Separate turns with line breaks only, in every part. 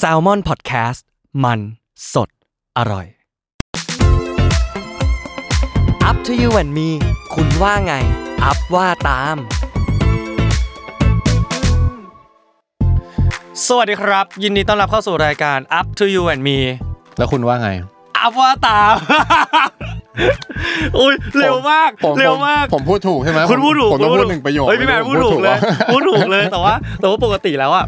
s a l m o n PODCAST มันสดอร่อย Up to you and me คุณว่าไง อัพว่าตาม สวัสดีครับ ยินดีต้อนรับเข้าสู่รายการ Up to you and me
แล้วคุณว่าไง
อัพว่าตาม อุ้ยเร็วมาก
ผผ
เร็วมาก
ผมพูดถูกใช่ไหม
คุณพูดถูก
ผมต้อง
คุณ
พูดหนึ่งประโยค
เฮ้ยพี่แมนพูดถูกเลย พูดถูกเลย แต่ว่าแต่ว่าปกติแล้วอะ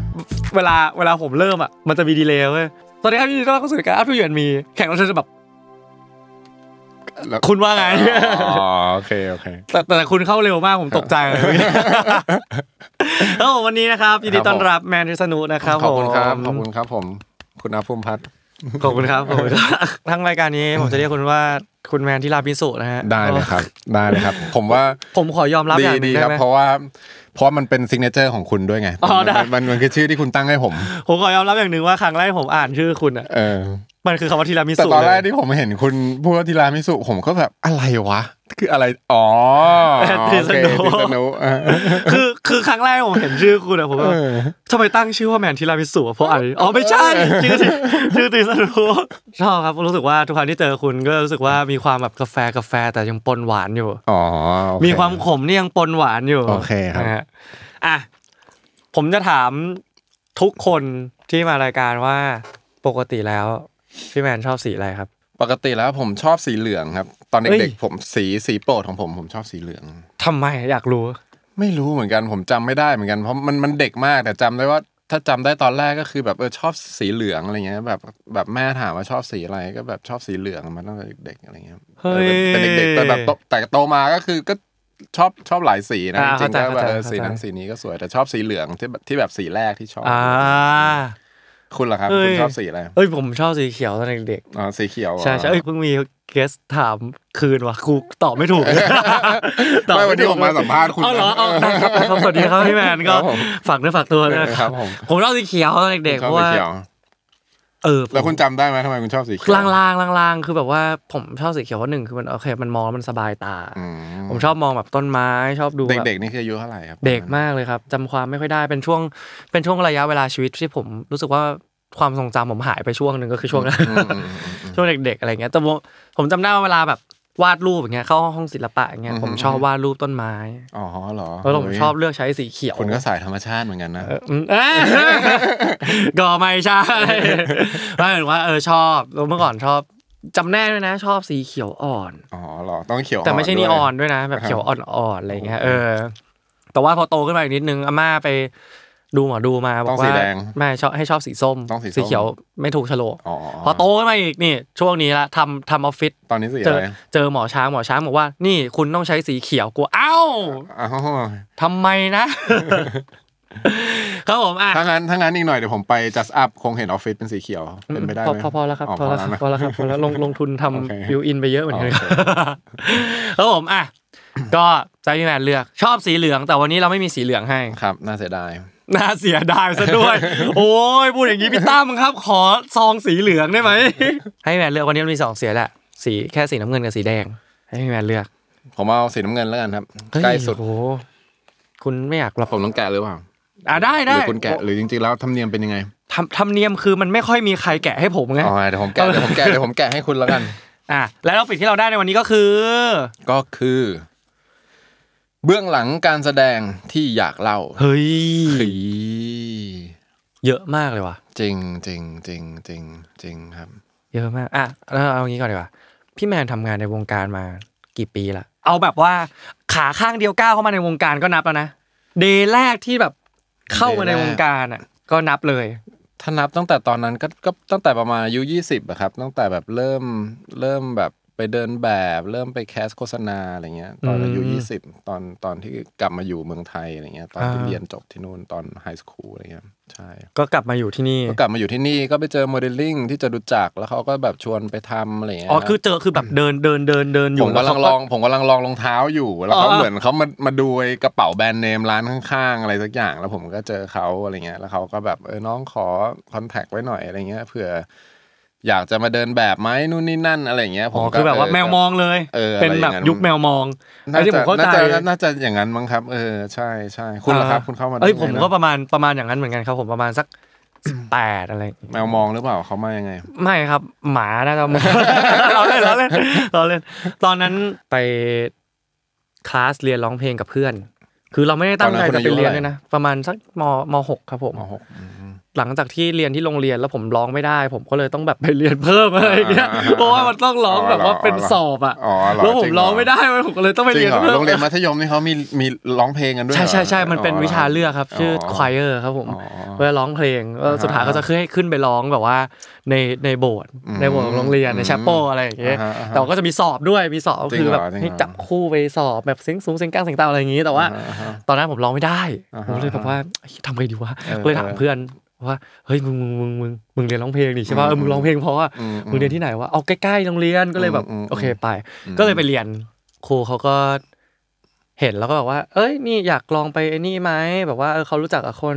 เวลาเวลาผมเริ่มอะมันจะมีดีเลย์เว้ย ตอนนี้ครับยินดีต้อนรับเข้าสู่รายการอัพทูยูนมี แขกรับเชิญจะแบบ
แล้ว
คุณว่าไง
อ๋อโอเคโอเค
แต่แต่คุณเข้าเร็วมากผมตกใจ เลย แล้ววันนี้นะครับยินดีต้อนรับแมนทิสนุนะครับ
ขอบคุณครับ
ผม
ขอบคุณครับผม คุณอาภูมิพัฒน์
ขอบคุณครับขอบคุณ ครับทั้งรายการนี้ผมจะเรียกคุณว่าคุณแมนที่ลาพิสุนะฮะ
ได้เลยครับ ได้เลยครับ ผมว่า
ผมขอยอมรับ
ดี
อย่างหนึ
ดี
ง
ค
ได้
รับ
ไหม
เพราะว่าเพราะมันเป็นซิกเนเจอร์ของคุณด้วยไง
อ๋อได้
มันมันมันคือชื่อที่คุณตั้งให้ผม
ผมขอยอมรับอย่างหนึ่งว่าครั้งแรกผมอ่านชื่อคุณอะ
เออ
มันคือคำว่าทีรามิ
แต่
สุ
ตอน
เล
แรก
ย
ที่ผมเห็นคุณพูดว่าทีรามิสุผมก็แบบอะไรวะ คืออะไรอ๋อโอเค
ติ
ติ
สนุ
สนุเออ
คือคือครั้งแรกผมเห็นชื่อคุณอะผม
เอ
แบบ
อ
ทำไมตั้งชื่อว่าแมนทีรามิสุอะเพราะอะไรอ๋อไม่ใช่ชื่อติชื่อติสนุชอบครับรู้สึกว่าทุกครั้งที่เจอคุณก็รู้สึกว่ามีความแบบกาแฟกาแฟแต่ยังปนหวานอยู่
อ๋อโอเ
มีความขมนี่ยังปนหวานอยู่
โอเคครับ
นะฮะอ่ะผมจะถามทุกคนที่มารายการว่าปกติแล้วพี่แมนชอบสีอะไรครับ
ปกติแล้วผมชอบสีเหลืองครับ ตอน
เอ้ย
เด็กๆผมสีสีโปรดของผมผมชอบสีเหลือง
ทำไมอยากรู้
ไม่รู้เหมือนกันผมจำไม่ได้เหมือนกันเพราะมันมันเด็กมากแต่จำได้ว่าถ้าจำได้ตอนแรกก็คือแบบเออชอบสีเหลืองอะไรเงี้ยแบบแบบแม่ถามว่าชอบสีอะไรก็แบบชอบสีเหลืองมาตั้งแต่เด็กๆอะไรเงี้ย
เฮ้ย
ออเป็นเป็นเด็กๆแต่แบบโตแต่โตมาก็คือก็ชอบชอบหลายสีนะ
อ่า
จริงๆก็
เข้าใจ
แบบเออ
เข้าใจ
สีนั้นสีนี้ก็สวยแต่ชอบสีเหลืองที่แบบที่แบบสีแรกที่ชอบ
อ่า
คุณเหรอครับ
เอ้ย
คุณชอบสีอะไร
เอ้ยผมชอบสีเขียวตอนเด็กๆ
อ๋อสีเขียวเหรอ
ใช่ใช่เอ้ยเพิ่งมีเกสถามคืนว่ะกูตอบไม่ถูก ตอบ
ไม่วันนี้
ถู
ผ
ก
มมาสัมภาษณ์คุณ
เอาเหรอเอาได้ครับได้ครับสวัสดีครับพี่แมนก็
ครับผม
ฝากเนื้อฝากตัวด้วยนะค
ค
รั
รั
บบ
ผม
ผมชอบสีเขียวตอนเด็กๆ
ช
เพ
อบ
ราะ
สี
ว่า
เขียว
เออ
แล้วคุณจำได้ไหมทำไมคุณชอบสีเขียว
ล่างล่างล่างล่างๆคือแบบว่าผมชอบสีเขียวเพราะหนึ่งคือมันโอเคมันมองแล้วมันสบายตา
อื
ผมชอบมองแบบต้นไม้ชอบดูแบบ
เด็กๆนี่คืออายุเท่าไหร่ครับ
เด็กมากเลยครับจำความไม่ค่อยได้เป็นช่วงเป็นช่วงระยะเวลาชีวิตที่ผมรู้สึกว่าความทรงจำผมหายไปช่วงหนึ่งก็คือช่วงนั้นช่วงเด็ก ๆ อะไรเงี้ยแต่ผมผมจำได้ว่าเวลาแบบวาดรูปอย่างเงี้ยเข้าห้องศิลปะอย่างเงี้ย
อืม
ผมชอบวาดรูปต้นไม้
อ๋อเหรอ
แล้วผม
โย
ชอบเลือกใช้สีเขียว
คุณก็สายธรรมชาติเหมือนกันนะ
เอออืมอ่ะ ก็ไม่ใช่ไม่เห็นว่าเออชอบแล้วเมื่อก่อนชอบจำแน่ด้วยนะ ชอบสีเขียวอ่อน
อ๋อเหรอต้องเขียว
แต่ไม่ใช่นีออน
ด้ว
ด้วยนะ แบบ
ครับ
เขียวอ่อนๆอะไรอย่างเงี้ยเออ แต่ว่าพอโตขึ้นมาอีกนิดนึงอาม่าไปดูหมอดูมาบ
ต้
อ
อก งสี
ว่า
แดง
ไม่ชอบให้ชอบสีส้ม
ต้องสีส้ม
เขียวไม่ถูกโฉลก
อ๋อ
พอโตขึ้นมาอีกนี่ ช่วงนี้ละทำทำออฟฟิศ
ตอนนี้สี
เจ
อะ
อ
ไร
เจอหมอช้างหมอช้างบอกว่า นี่คุณต้องใช้สีเขียวกลัวเอ้า
อ๋อ
ทำไมนะ ครับผมอ่ะ
ถ้างั้นถ้างั้นอีกหน่อยเดี๋ยวผมไป just up คงเห็นออฟฟิศเป็นสีเขียว เป็นไปได้
พอ
ไหม
พอพอแล้วครับ
อ๋อ
พอแล้วครับ
นะ
พอแล้วครับพอแล้วลงลงทุน
โอเค
ทำบิวอินไปเยอะเหมือนกัน
โอเค
ครับผมอ่ะก็ใจพี่แมนเลือกชอบสีเหลือง แต่วันนี้เราไม่มีสีเหลืองให้
ครับ น่าเสียดาย
น่าเสียดายซะ ด้วย โอ้ยพูดอย่างนี้พี่ตั้มครับ ขอซองสีเหลืองได้ไหม ให้แมนเลือกวันนี้มันมีสองสีแหละ สีแค่สีน้ำเงินกับสีแดง ให้แมนเลือก
ผมเอาสีน้ำเงินแล้วกันครับ ใกล้สุด
เฮ้ยโอ้โหคุณไม่อยากหรอก
ผมต้องแกะหรือเปล่า
อ่ะได้
ห
ได้
รือคุณแกะหรือจริงๆแล้วธรรมเนียมเป็นยังไง
ทำทำเนียมคือมันไม่ค่อยมีใครแกะให้ผมไง
อ๋อเดี๋ยวผมแกะเดี๋ยวผมแกะเดี๋ยวผมแกะให้คุณแล้วกัน
อ่ะแล้วเราปิดที่เราได้ในวันนี้ก็คือ
ก็คือ เบื้องหลังการแสดงที่อยากเล่า
เฮ้ย
ผี
เยอะมากเลยว่ะ
จริงจริงจริงจริงจริงครับ
เยอะมากอ่ะแล้วเอางี้ก่อนดีกว่า พี่แมนทำงานในวงการมากี่ปีละ เอาแบบว่าขาข้างเดียวก้าวเข้ามาในวงการก็นับแล้วนะ เดย์แรกที่แบบเข้ามาในวงการอ่ะ ก็นับเลย
ถ้านับตั้งแต่ตอนนั้นก็ก็ตั้งแต่ประมาณอายุยี่สิบอะครับ ตั้งแต่แบบเริ่มเริ่มแบบไปเดินแบบ เริ่มไปแคสโฆษณาอะไรเงี้ย ตอนอายุ
อืม
ยี่สิบตอนตอนที่กลับมาอยู่เมืองไทยอะไรเงี้ยตอนที่
อ่า
เรียนจบที่นู่นตอนไฮสคูลอะไรเงี้ยใช่
ก็กลับมาอยู่ที่นี่
ก็กลับมาอยู่ที่นี่ก็ไปเจอโมเดลลิ่งที่จะรู้จักแล้วเขาก็แบบชวนไปทำอะไรเงี้ย
อ๋อ คือเจอคือแบบเดินเดินเดินเดินอ
ผ
ยู่
มกำลัง
เขา
ลองผมกำลังลองรองเท้าอยู่แล้วเขา
อ๋อ
เหมือนเขามามาดูไอ้กระเป๋าแบรนด์เนมร้านข้างๆอะไรสักอย่าง แล้วผมก็เจอเขาอะไรเงี้ยแล้วเขาก็แบบเออน้องขอคอนแทคไว้หน่อยอะไรเงี้ยเผื่อ อยากจะมาเดินแบบไหมนู่นนี่นั่นอะไรอย่างเงี้ยผ
อ๋
ม
อ
ก็
คือแบบว่า
เ
แมวมองเลย
เอออะไร
เป็นแบบ
อย่างนั้น
ยุคแมวมอง
น่า
ไอ้ที่ผ
จะ
มเข้าใจ
น่าจะน่าจะอย่างนั้นมั้งครับ เออใช่ใช่คุณล่ะครับ
อ่
คุณเข้ามาได้
เอ้ย
ไง
ผม
นะ
ก็ประมาณประมาณอย่างนั้นเหมือนกันครับ ผมประมาณสัก แปดอะไร
แมวมองหรือเปล่าเขามายังไง
ไม่ครับ หมาน่าจะมอง เราเล่นเราเล่นเราเล่น ตอนนั้นไปคลาสเรียนร้องเพลงกับเพื่อน คือเราไม่ได้ตั้งใจ
ตอนนั้
จะ
น
ไป
คุณอายุ
เรียนด้
เท่าไหร่
วยนะ ประมาณสักมมหกครับผม
มหกอืม
หลังจากที่เรียนที่โรงเรียนแล้วผมร้องไม่ได้ ผมก็เลยต้องแบบไปเรียนเพิ่มอะไรอย่างเงี้ย
อ่าอ่า
เพราะว่ามันต้องร้อง
อ๋อ
แบบว่า
เหรอ
เป็น
เหรอ
สอบอ่ะ
อ๋อเหรอ
แล้วผ
จริ
ม
งเหรอ
ร้องไม่ได้เว้ยผมก็เลยต้องไป
จริ
เรีย
ง
น
เหรอ
เพิ่ม
โรงเรียนมัธยมนี่เขามีมีร้องเพลงกันด้วยเหร
ใช่
อ
ใช่ใช่มันเป็น
หร
วิชาเลือกครับ ชื่อ
อ
อควายเออร์ครับผม
อ๋อ
เวลาร้องเพลงแล้วสุดท้ายก็จะขึ้นให้ขึ้นไปร้องแบบว่า ในในโบสถ์
อืม
ในโบสถ์ของโรงเรียนใน
อืม
ชปโปอะไรอย่างเงี้ย
อ่าฮะอ่าฮะ
แต่ว่าก็จะมีสอบด้วยมีสอบก็
จริง
คือ
เหรอ
แบบ
จริงเหรอ
ให้จับคู่ไปสอบแบบเสียงสูงเสียงกลางเสียงต่ำอะไรอย่างงี้ แต่ว่า
อ่อ่
ตอนนั้นผมร้องไม่ได้
อ่า
ผ
ฮะ
มเลยแบบว่าเอ้ยทำไงดีวะ
เออ
ก็เลยถามเพื่อนว่า เฮ้ยมึงมึงมึงมึงมึงเรียนร้องเพลงนี่ใช่ป่ะเออมึงร้องเพลงเพราะว่า
อืมอืม
มึงเรียนที่ไหนวะ เอาใกล้ๆโรงเรียน ก็เลยแบบ
อืมอืม
โอเคไป
อืม
ก็เลยไปเรียน ครูเขาก็เห็นแล้วก็บอกว่า เอ้ย นี่อยากลองไปไอ้นี่ไหม แบบว่า เออเขารู้จักกับคน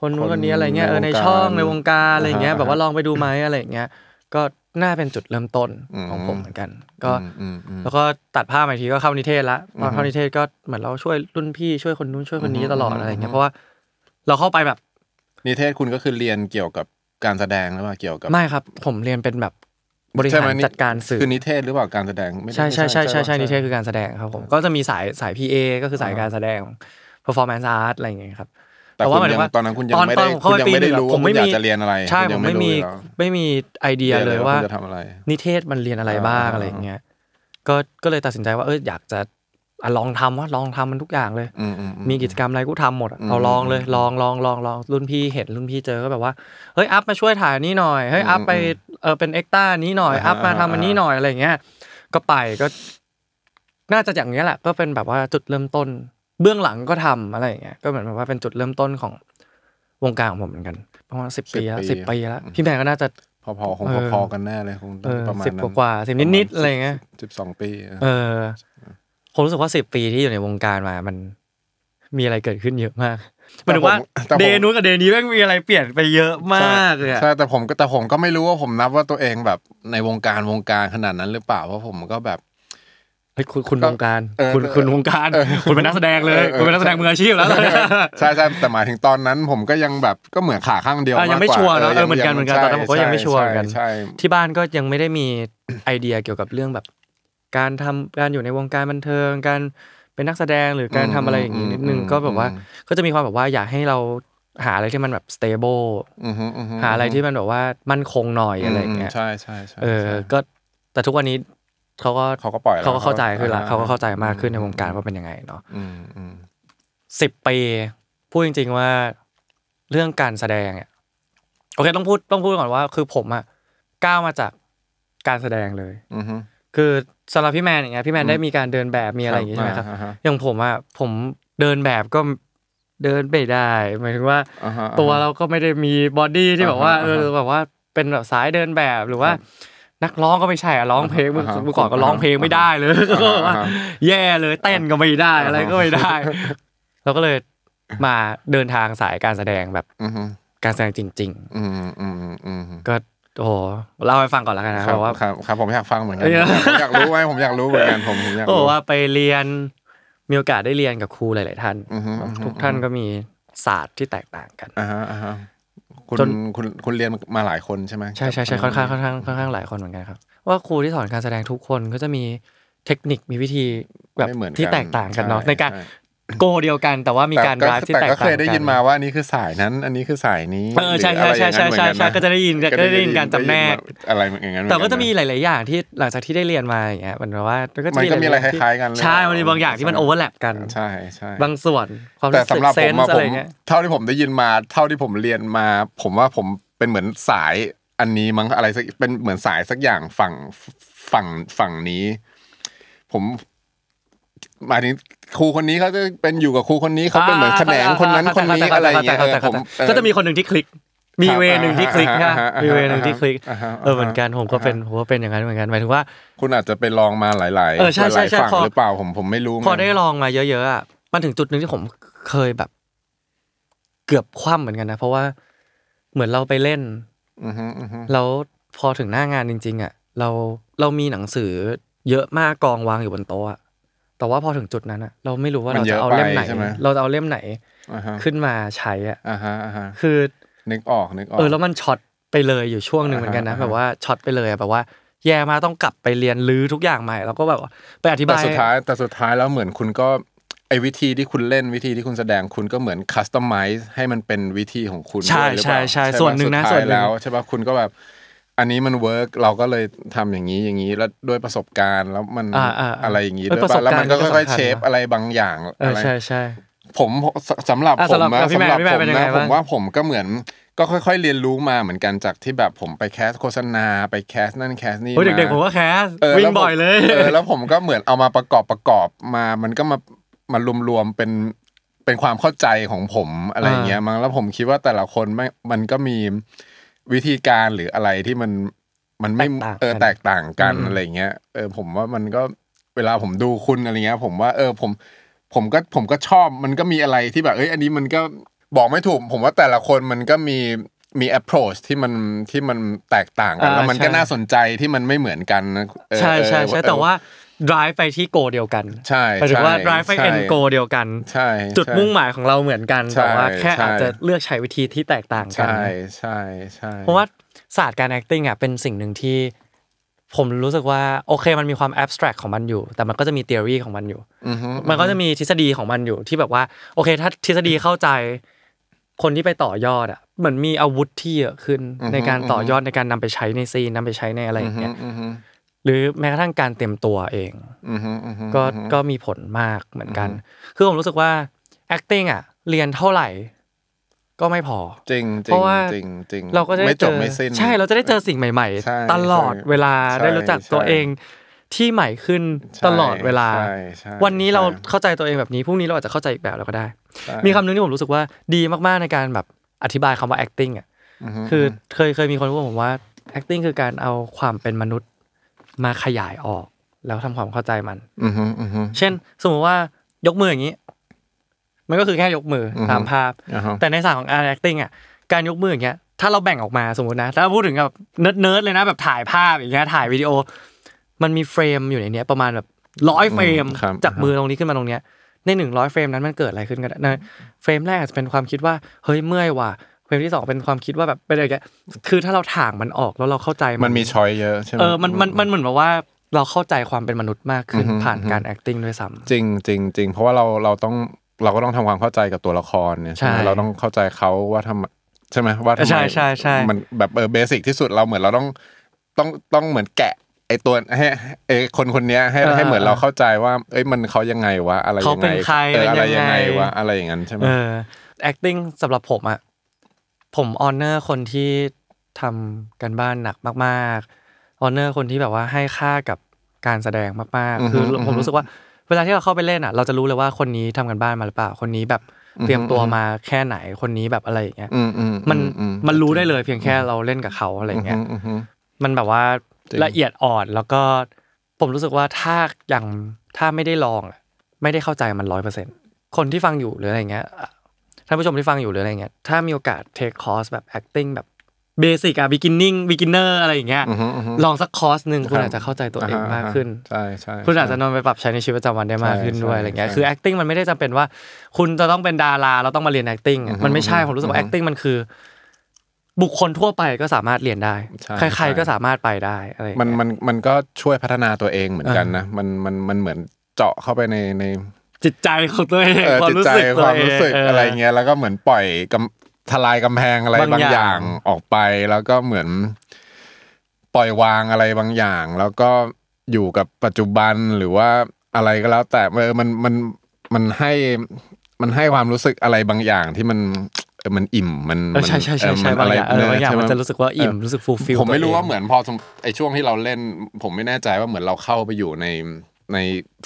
คนนู้นคนนี้อะไรเงี้ย เออในช่องในวงการอะไรเงี้ย แบบว่าลองไปดูไหมอะไรเงี้ย ก็น่าเป็นจุดเริ่มต้นของผมเหมือนกัน ก็
อืมอืมอืม
แล้วก็ตัดผ้าพมาอีกทีก็เข้านิเทศละตอน
อือฮึ
เข้านิเทศก็เหมือนเราช่วยรุ่นพี่ช่วยคนนู้นช่วยคนนี้
อือฮึ
ตลอดอะไรอย่างเงี้ย
อือฮึ
เพราะว่าเราเข้าไปแบบ
นิเทศคุณก็คือเรียนเกี่ยวกับการแสดงหรือเปล่าเกี่ยวกับ
ไม่ครับ ผมเรียนเป็นแบบบริหา
ใช่
ร
ไหม
จัดการสื่อ
คือนิเทศหรือเปล่าการแสดงไม่ได้
ใช่ใช่ใช่ใช่ใช่
ปะ
นิเทศคือการแสดงครับผมก็จะมีสายสาย PA ก็คือสาย
อ่า
การแสดง performance art อะไรอย่างเงี้ยครับ
แต่
แต่ว่า
ว่า
หมายถึงว่า
ตอนนั้นคุณยัง
ตอน
ไม่ได้
ตอนผมเข้า
คุณ
ไป
ยัง
ปี
ไม่ได้
หนึ่ง
รู้
อะผ
ว่า
ม
คุ
ไม่
ณอยาก
มี
จะเรียนอะไร
ใช่
คุ
ผ
ณยัง
มไม่มี
รู้อยู่แล้ว
ไม่มีไอเดียเลยว่า
คุณจะทำอะไร
นิเทศมันเรียนอะไรบ้าง
อ่า
อะไรอย่างเงี้ยก็ก็เลยตัดสินใจว่าเอออยากจะอ่ะลองทำว่าลองทำมันทุกอย่างเลย
อืมอือื
มีกิจกรรมอะไรกูทำหมดอะ
อืม
เอาลองเลย
อืม
ลองลองลองลองรุ่นพี่เห็นรุ่นพี่เจอก็แบบว่าเฮ้ยอัพมาช่วยถ่ายนี่หน่อยเฮ้ย
อืม
อัพไปเออเป็นเอ็กต้านี้หน่อย
อ่าฮะ
อัพมาทำ
อ่าฮะ
อันนี้หน่อยอะไรอย่างเงี้ยก็ไปก็ น่าจะอย่างเงี้ยแหละ ก็เป็นแบบว่าจุดเริ่มต้น เบื้องหลังก็ทำอะไรอย่างเงี้ยก็เหมือนแบบว่าเป็นจุดเริ่มต้นของวงการของผมเหมือนกันประมาณสิบปีแล้วสิบปีแล้วพี่แมนก็น่าจะ
พอๆคง
เออ
พอๆกันแน่เลยคง
เออ
ประมาณ
สิบ
นั้
ก
น
ว่าๆสิบนิดๆ
ประมาณ
อะไรอย่างเงี้ย
สิบสองปีเออ
เออผมรู้สึกว่าสิบปีที่อยู่ในวงการมามันมีอะไรเกิดขึ้นเยอะมากหมายถึงว่า
แต่ผม
เดย์นู้นกับเดย์นี้แม่งมีอะไรเปลี่ยนไปเยอะมากเลยอะ
ใช่แต่ผมก็แต่ผมก็ไม่รู้ว่าผมนับว่าตัวเองแบบในวงการวงการขนาดนั้นหรือเปล่าเพราะผมก็แบบ
เฮ้ยคุณคุณ
ก็
วงการ
เออ
คุณคุณวงการ
เออ
คุณเป็นนักแสดงเลย
เออเออ
คุณเป็นนักแสดงมืออาชีพแล้ว
ใช่ใช่แต่หมายถึงตอนนั้นผมก็ยังแบบก็เหมือนขาข้างเดียว
อ่ะยังไม่
ากกา
ชัวร์เนอะ
ยัง
เออเหมือนกันเหมือนกัน
ใช่
ตอนนั้นผมก็ยังไม่ชัวร์เหมือนกัน
ใช่
ที่บ้านก็ยังไม่ได้มี ไอเดียเกี่ยวกับเรื่องแบบ การทำการอยู่ในวงการบันเทิง การเป็นนักแสดงหรือการทำอะไรอย่างนี้นิดนึงก็แบบว่า ก็จะมีความแบบว่าอยากให้เราหาอะไรที่มันแบบ stable
อืมอืมอืมม
หาอะไรที่มันแบบว่ามั่นคงหน่อยอะไรอย่างเงี้ย
มใช่ใช่ใช่
เออ
ใช่
ก็แต่ทุกวันนี้เขาก็
เขาก็ปล่อยแล้ว
เขาก็เข้าใจขึ้นละ
อ่
เขาก็เข้าใจมากขึ้นในวงการว่าเป็นยังไงเนาะ
อืมอืม
สิบปีพูดจริง ๆว่าเรื่องการแสดงเนี่ยโอเคต้องพูดต้องพูดก่อนว่า คือผมอะก้าวมาจากการแสดงเลย
อืมฮึ
คือสำหรับพี่แมนอย่างเงี้ยพี่แมนได้มีการเดินแบบมีอะไรอย่างงี้ใช่ไหมครับ
อ่าฮะ
อย่างผมอะผมเดินแบบก็เดินไม่ได้หมายถึงว่า
อ่าฮะ
ตัวเราก็ไม่ได้มีบอดี้ที่แบบว่าเอ
อ่าฮะ
อ
อ่าฮะ
แบบว่าเป็นแบบสายเดินแบบหรือว่า
ครับ
นักร้องก็ไม่ใช่อะร้องเพลงเมื่อ
อ่าฮะ
เมื่อก่อนก็
อ่าฮะ
ร้องเพลงไม่ได้เลย ก็แบบว่า
อ่าฮะ
แย่เลยเต้นก็ไม่ได้อะไรก็ไม่ได้ เราก็เลยมาเดินทางสายการแสดงแบบ
อือฮึ
การแสดงจริง
อืมอืมอืมอืม
ๆ ก็โอ้โหเล่าให้ฟังก่อนแล้วกันนะ
ค
แบ
รับบ
ว่า
ครับครับผมอยากฟังเหมือนกัน
เออ
ผมอยากรู้ไว้ผมอยากรู้เหมือนกันผมผมอยาก
ก็บอ
รู้
กว่าไปเรียนมีโอกาสได้เรียนกับครูหลาย ๆ ท่าน
อือฮึอือฮึ
ทุกท่านก็มีศาสตร์ที่แตกต่างกัน
อ่าฮะอ่าฮะคุณ
จน
คุณคุณเรียนมาหลายคนใช่ไหม
ใช่ใช่ใช่ค่อนข้างค่อนข้างค่อนข้างหลายคนเหมือนกันครับว่าครูที่สอนการแสดงทุกคนก็จะมีเทคนิคมีวิธีแบบ
ไม่เหมือนน
ที่แตกต่างกันเนาะ
ช่
ในการ
ช่
โกเดียวกัน แต่ว่ามีการ
แต่
ร้ายที่แตก
แต่ก็
ต่าง
เคยได้
กั
ยินมาว่านี่คือสายนั้น อันนี้คือสายนี้
เออใช่
หรื
ใช่
ไร
ใช่
อย่าง
ใช่
นั้น
ใช่ใช่
เหมือนน
ก็จะได้ยินก็จะได้ยินการจำแนก
อะไรอย่างนั้นเหอนนน
แต่ก็จะมีหลาย ๆ อย่างที่หลังจากที่ได้เรียนมาอย่างเงี้ยเหมันแบบว่ามันก็จะ
มันก็มีอะไร
หๆที่
คล้ายๆกันเลย
ใช่มันมีบางอย่างที่มัน
ใช่
โอเวอร์แลปกัน
ใช่ใช่
บางส่วนความ
แต่
รู้สึ
สำ
ก
หรับ
เซ
ผ
นส์
มอะ
อะ
ผ
ไร
ม
เงี้ย
เท่าที่ผมได้ยินมา เท่าที่ผมเรียนมา ผมว่าผมเป็นเหมือนสายอันนี้มั้งอะไรสักเป็นเหมือนสายสักอย่างฝั่งฝั่งฝั่งนี้ ผมหมายถึงครูคนนี้เขาจะเป็นอยู่กับครูคนนี้เขาเป็นเหมือนแขนงคนนั้นคนนี้อะไรอย่างเงี้ย
ข้าใจ
ผม
ข้าใจก็จะมีคนหนึ่งที่คลิก มี
ครับ
เวหนึ่งที่คลิก
อ่า
นะ
ฮะ
มีเวหนึ่งที่คลิก
อ่าฮะ
เออเหมือนกันผมก็เป็น
อ่าฮะ
ผมก็เป็นอย่างนั้นเหมือนกันหมายถึงว่า
คุณอาจจะไปลองมาหลายๆหล
เออใช่ใช่
าย
ใช่
ๆ
พ
ฝั่ง
อ
หรือเปล่าผมผมไม่รู้
พอ
มั้ง
ได้ลองมาเยอะ ๆอ่ะมันถึงจุดหนึ่งที่ผมเคยแบบ เกือบคว่ำเหมือนกันนะ เพราะว่าเหมือนเราไปเล่น
อือฮึอือฮึ
แล้วพอถึงหน้างานจริง ๆ อ่ะ เราเรามีหนังสือเยอะมากกองวางอยู่บนโต๊ะอะแต่ว่าพอถึงจุดนั้นอะเราไม่รู้ว่าเราจะเอาเล่มไหน เราจะเอาเล่มไหน
อ่าฮะ
ขึ้นมาใช้อ่ะ
อ่าฮะอ่าฮะ
คือ
นึกออกนึกออก
เออแล้วมันช็อตไปเลยอยู่ช่วงหนึ่งเหมือนกันนะ
อ่าฮะ
แบบว่าช็อตไปเลยอะแบบว่า แย่มากต้องกลับไปเรียนรื้อทุกอย่างใหม่แล้วก็แบบว่าไปอธิบา
แต่
ย
สุดท้ายแต่สุดท้ายแล้วเหมือนคุณก็ไอ้วิธีที่คุณเล่นวิธีที่คุณแสดงคุณก็เหมือนคัสตอมไมซ์ให้มันเป็นวิธีของคุณ
ใช่
ด้วยหรือเปล่า
ใช่ใช่
ป
ส่วนหนึ่งนะ
ดท้าย
ส่วนหนึ่ง
แล้วใช่ป่ะคุณก็แบบอันนี้มันเวิร์กเราก็เลยทำอย่างนี้อย่างนี้แล้วด้วยประสบการณ์แล้วมัน
อ่าอ่าา
อะไรอย่างนี้
เอ
ด้วย
อประส
ป่ะ
บ
แล้ว
การ
มัน
ณ์
ก็
ก็
ค่อยๆ
สำคัญ
เชฟ
นะ
อะไรบางอย่าง
เออ
อะไร
ใช่ใช่
ผมสำหรับ
อ่ะ
ผ
สำ
ม
หรับ
นะ
อ่ะพี่แมน
สำหรับ
พี่แม
ผ
น
ม
เป็นยัง
นะ
ไง
ผม
บ้าง
ว่าผมก็เหมือนก็ค่อยๆเรียนรู้มาเหมือนกันจากที่แบบผมไปแคสโฆษณาไปแคสนั่นแคสนี่
โอ้ย
มา
เด็กๆผมว่าแคส
เแว
วิ่ง
ผม
บ่อยเลย
อแล้วผมก็เหมือนเอามาประกอบประกอบมา มันก็มามารวมๆเป็นเป็นความเข้าใจของผมอะไรอย่างเงี้ยมั้งแล้วผมคิดว่าแต่ละคนไม่มันก็มีวิธีการหรืออะไรที่มันมันไม่
แตกต่าง
เออ
กัน
แตกต่างกัน
อืม
อะไรเงี้ยเออผมว่ามันก็เวลาผมดูคุณอะไรเงี้ย ผมว่า เออผม ผมก็ผมก็ชอบมันก็มีอะไรที่แบบเอ้ยอันนี้มันก็บอกไม่ถูก ผมว่าแต่ละคนมันก็มีมี approach ที่มันที่มันแตกต่างกัน
อ่า
แล้วมันก็
ใช่
น่าสนใจที่มันไม่เหมือนกันนะเออ
ใช่ใช่ใช่
เออ
แต่ว่า drive ไปที่ goal เดียวกัน
ใช่
หมายถึงว่า
ใช่
drive ไป
ใช่
end goal เดียวกัน
ใช่
จุด
ใช่
มุ่งหมายของเราเหมือนกัน
ใช่
แต่ว่าแค่
ใช่
อาจจะเลือกใช้วิธีที่แตกต่างกัน
ใช่ใช่ใช่
เพราะว่าศาสตร์การ acting อ่ะเป็นสิ่งหนึ่งที่ ผมรู้สึกว่าโอเคมันมีความ abstract ของมันอยู่ แต่มันก็จะมี theory ของมันอยู่
อือฮึ
มันก็จะมีทฤษฎีของมันอยู่ที่แบบว่า โอเค ถ้าทฤษฎีเข้าใจ คนที่ไปต่อยอดอ่ะเหมือนมีอาวุธที่เยอะขึ้นในการต่อยอดในการนำไปใช้ในซีนนำไปใช้ในอะไรอย่างเงี้ย
อือฮึ
หรือแม้กระทั่งการเตรียมตัวเอง
อือฮึอือฮึ
ก็ก็มีผลมากเหมือนกัน คือผมรู้สึกว่า acting อ่ะ เรียนเท่าไหร่ ก็ไม่พอ
จริงจ
เพ
ริง
ราะว่า
จริงจริง
เราก็จะ
ไม่
ได้
จ
เจ
บ
อ
ไม่สิ้น
ใช่เราจะได้เจอสิ่งใหม่
ใช่
ๆ ตลอดเวลา
ใช่
ได้รู้จักตัว
ใช่
เองที่ใหม่ขึ้น
ใช่
ตลอดเวลา
ใช่ใช่
วันนี้เรา
ใช่
เข้าใจตัวเองแบบนี้พรุ่งนี้เราอาจจะเข้าใจอีกแบบเราก็ได้
ใช่
มีคำหนึงที่ผมรู้สึกว่าดีมากๆในการแบบอธิบายคำว่า acting อ่ะ
อฮึ
คือเคยเคยมีคนพูดกับผมว่า acting คือการเอาความเป็นมนุษย์มาขยายออก แล้วทำความเข้าใจมัน
อือฮึอือฮึ
เช่น สมมติว่ายกมืออย่างนี้ มันก็คือแค่ยกมืออ
อฮึ
ตามภาพ
อ่าฮะ
แต่ในศาสตร์ของ art acting อ่ะการยกมืออย่างเงี้ยถ้าเราแบ่งออกมาสมมตินะถ้าพูดถึงแบบเนิร์ดๆเลยนะแบบถ่ายภาพอย่างเงี้ยถ่ายวิดีโอ มันมีเฟรมอยู่ในเนี้ยประมาณแบบร้อยเฟรม
อืมครับ
จากมือตรงนี้ขึ้นมาตรงเนี้ยในหนึ่งร้อยเฟรมนั้นมันเกิดอะไรขึ้นกันนะเฟรมแรกอาจจะเป็นความคิดว่าเฮ้ยเมื่อยว่ะเฟรมที่สองเป็นความคิดว่าแบบเป็นอะไรอย่างเงี้ยคือถ้าเราถ่างมันออกแล้วเราเข้าใจ
มันมีช้อยเยอะใช่ไหม
เออมันมันมันเหมือนแบบว่าเราเข้าใจความเป็นมนุษย์มากขึ้น
อือฮึ
ผ่านการ acting ด้วยซ้ำ
จริงจริงจริงเพราะว่าเราเราต้องเราก็ต้องทำความเข้าใจกับตัวละครเนี่ย
ใช่
ใช่ไหมเราต้องเข้าใจเขาว่าทำใช่ไหมว่าทำไม
ใช่ใช่ใช่
มันแบบเออเบสิกที่สุดเราเหมือนเราต้องต้องต้องเหมือนแกะไอตัวให้ไอคนคนเนี้ยให้ให้เหมือนเราเข้าใจว่า เอ้ยมันเขายังไงวะอะไรยังไง
เขาเป็นใคร
เอออะ
เป็น
ไร
ยั
ยัง
ง
ไง
ไง
วะอะไรอย่างนั้นใช่ไหม
เออ acting สำหรับผมอะผมออนเนอร์คนที่ทำกันบ้านหนักมากๆออนเนอร์คนที่แบบว่าให้ค่ากับการแสดงมากๆ คือผมรู้สึกว่า เวลาที่เราเข้าไปเล่นอะเราจะรู้เลยว่าคนนี้ทำกันบ้านมาหรือเปล่า คนนี้แบบเตรียมตัวมาแค่ไหนคนนี้แบบอะไรอย่างเงี้ย
อืมอืม
มัน
อืม
มันรู้ได้เลยเพียงแค่เราเล่นกับเขาอะไรอย่างเงี้ย
อืมอืม
มันแบบว่า
จริง
ละเอียดอ่อนแล้วก็ผมรู้สึกว่าถ้าอย่างถ้าไม่ได้ลองอะไม่ได้เข้าใจมันร้อยเปอร์เซ็นคนที่ฟังอยู่หรืออะไรเงี้ยอ่ะท่านผู้ชมที่ฟังอยู่หรืออะไรเงี้ยถ้ามีโอกาสเทคคอร์สแบบ acting แบบเบสิกอะ beginning beginner อะไรอย่างเงี้ย
อืมอืมอืม
ลองสักคอร์สหนึ่งคุณอาจจะเข้าใจตัวเองมากขึ้น
ใช่ใช่
คุณอาจจะนำไปปรับใช้ในชีวิตประจำวันได้มากขึ้นด้วย
ใช่
อะไรเงี้ย
ใช่
คือ acting มันไม่ได้จำเป็นว่า คุณจะต้องเป็นดาราแล้วต้องมาเรียน acting อะมันไม่ใช่ ผมรู้สึกว่า acting มันคือ บุคคลทั่วไปก็สามารถเรียนได้
ใช่
ใคร
ใช่
ๆก็สามารถไปได้อะไรเงี้ย
มันมันมันก็ช่วยพัฒนาตัวเองเหมือนกันนะมันมันมันเหมือนเจาะเข้าไปในใน
จิตใจของตัวเอง
เออ
ความ
จิต
รู้
ใจ
สึก
ค
ตัว
วาม
เอง
รู้สึก
เ
อะไรเงี้ยแล้วก็เหมือนปล่อยกำทลายกำแพงอะไรบา
บาง งอย่
อา
ย่าง ง
ออกไปแล้วก็เหมือน ปล่อยวางอะไรบางอย่าง แล้วก็อยู่กับปัจจุบันหรือว่าอะไรก็แล้ว แต่เออมันมันมันให้มันให้ความรู้สึกอะไรบางอย่างที่มันเออมันอิ่มมัน
เออใช่ใช่ใช่
มัน
ใช่
เมัน
บางอย่างเออบางอย่าง
ใช่ไห
มันจะรู้สึกว่าอิ่มรู้สึก fulfill
ผมไม่รู้
ตัเอง
ว่าเหมือนพอสมไอช่วงที่เราเล่น ผมไม่แน่ใจว่าเหมือนเราเข้าไปอยู่ในใน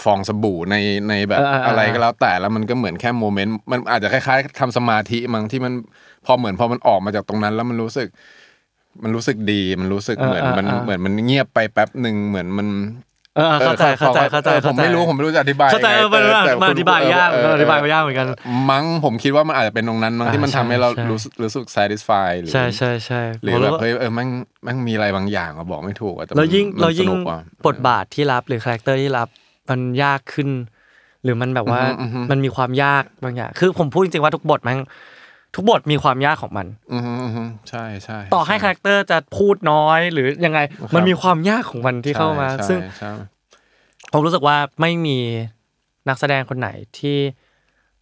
ฟองสบู่ในในแบบ
เออเออเอออ
อะไรก็แล้วแต่แล้วมันก็เหมือนแค่โมเมนต์มันอาจจะคล้ายๆทำสมาธิมั้งที่มันพอเหมือนพอมันออกมาจากตรงนั้น แล้วมันรู้สึก มันรู้สึกดีมันรู้สึกเหมือนมันเหมือนมันเงียบไปแป๊บหนึ่งเหมือนมัน
เออเข้าใจเข้าใจเข้าใจ
ออผมไม่รู้ผมไม่รู้จะอธิบาย
เข้าใจเออมัน
ยังไงแต่แต่
มัน
คุณ
อธิบายยาก
เเ
มันอธิบายไม่ยากเหมือนกัน
มั้งผมคิดว่ามันอาจจะเป็นตรงนั้นมั้งที่มันทำให้เรา
ใช่
รู้สึกรู้สึก satisfy หรือ
ใช่ใช่ใช่
หรื
ผ
อ
ม
แบบ
ว่า
เฮ้ยเออแม่งแม่งมีอะไรบางอย่างอะบอกไม่ถูกอะแต่มัน
เรายิ่ง
มัน
เรายิ่ง
สนุกว่ะ
บทบาทที่รับหรือคาแรคเตอร์ที่รับมันยากขึ้น หรือมันแบบว่า
อือฮึอือฮึ
มันมีความยากบางอย่าง คือผมพูดจริงๆว่าทุกบทมัน ทุกบทมีความยากของมัน
อืมอืมอืมใช่ใช่
ต่อให้คาแรคเตอร์จะพูดน้อยหรือยังไง มันมีความยากของมันที่เข้ามา
ใช่
ซึ่ง
ใช่
ผมรู้สึกว่าไม่มีนักแสดงคนไหนที่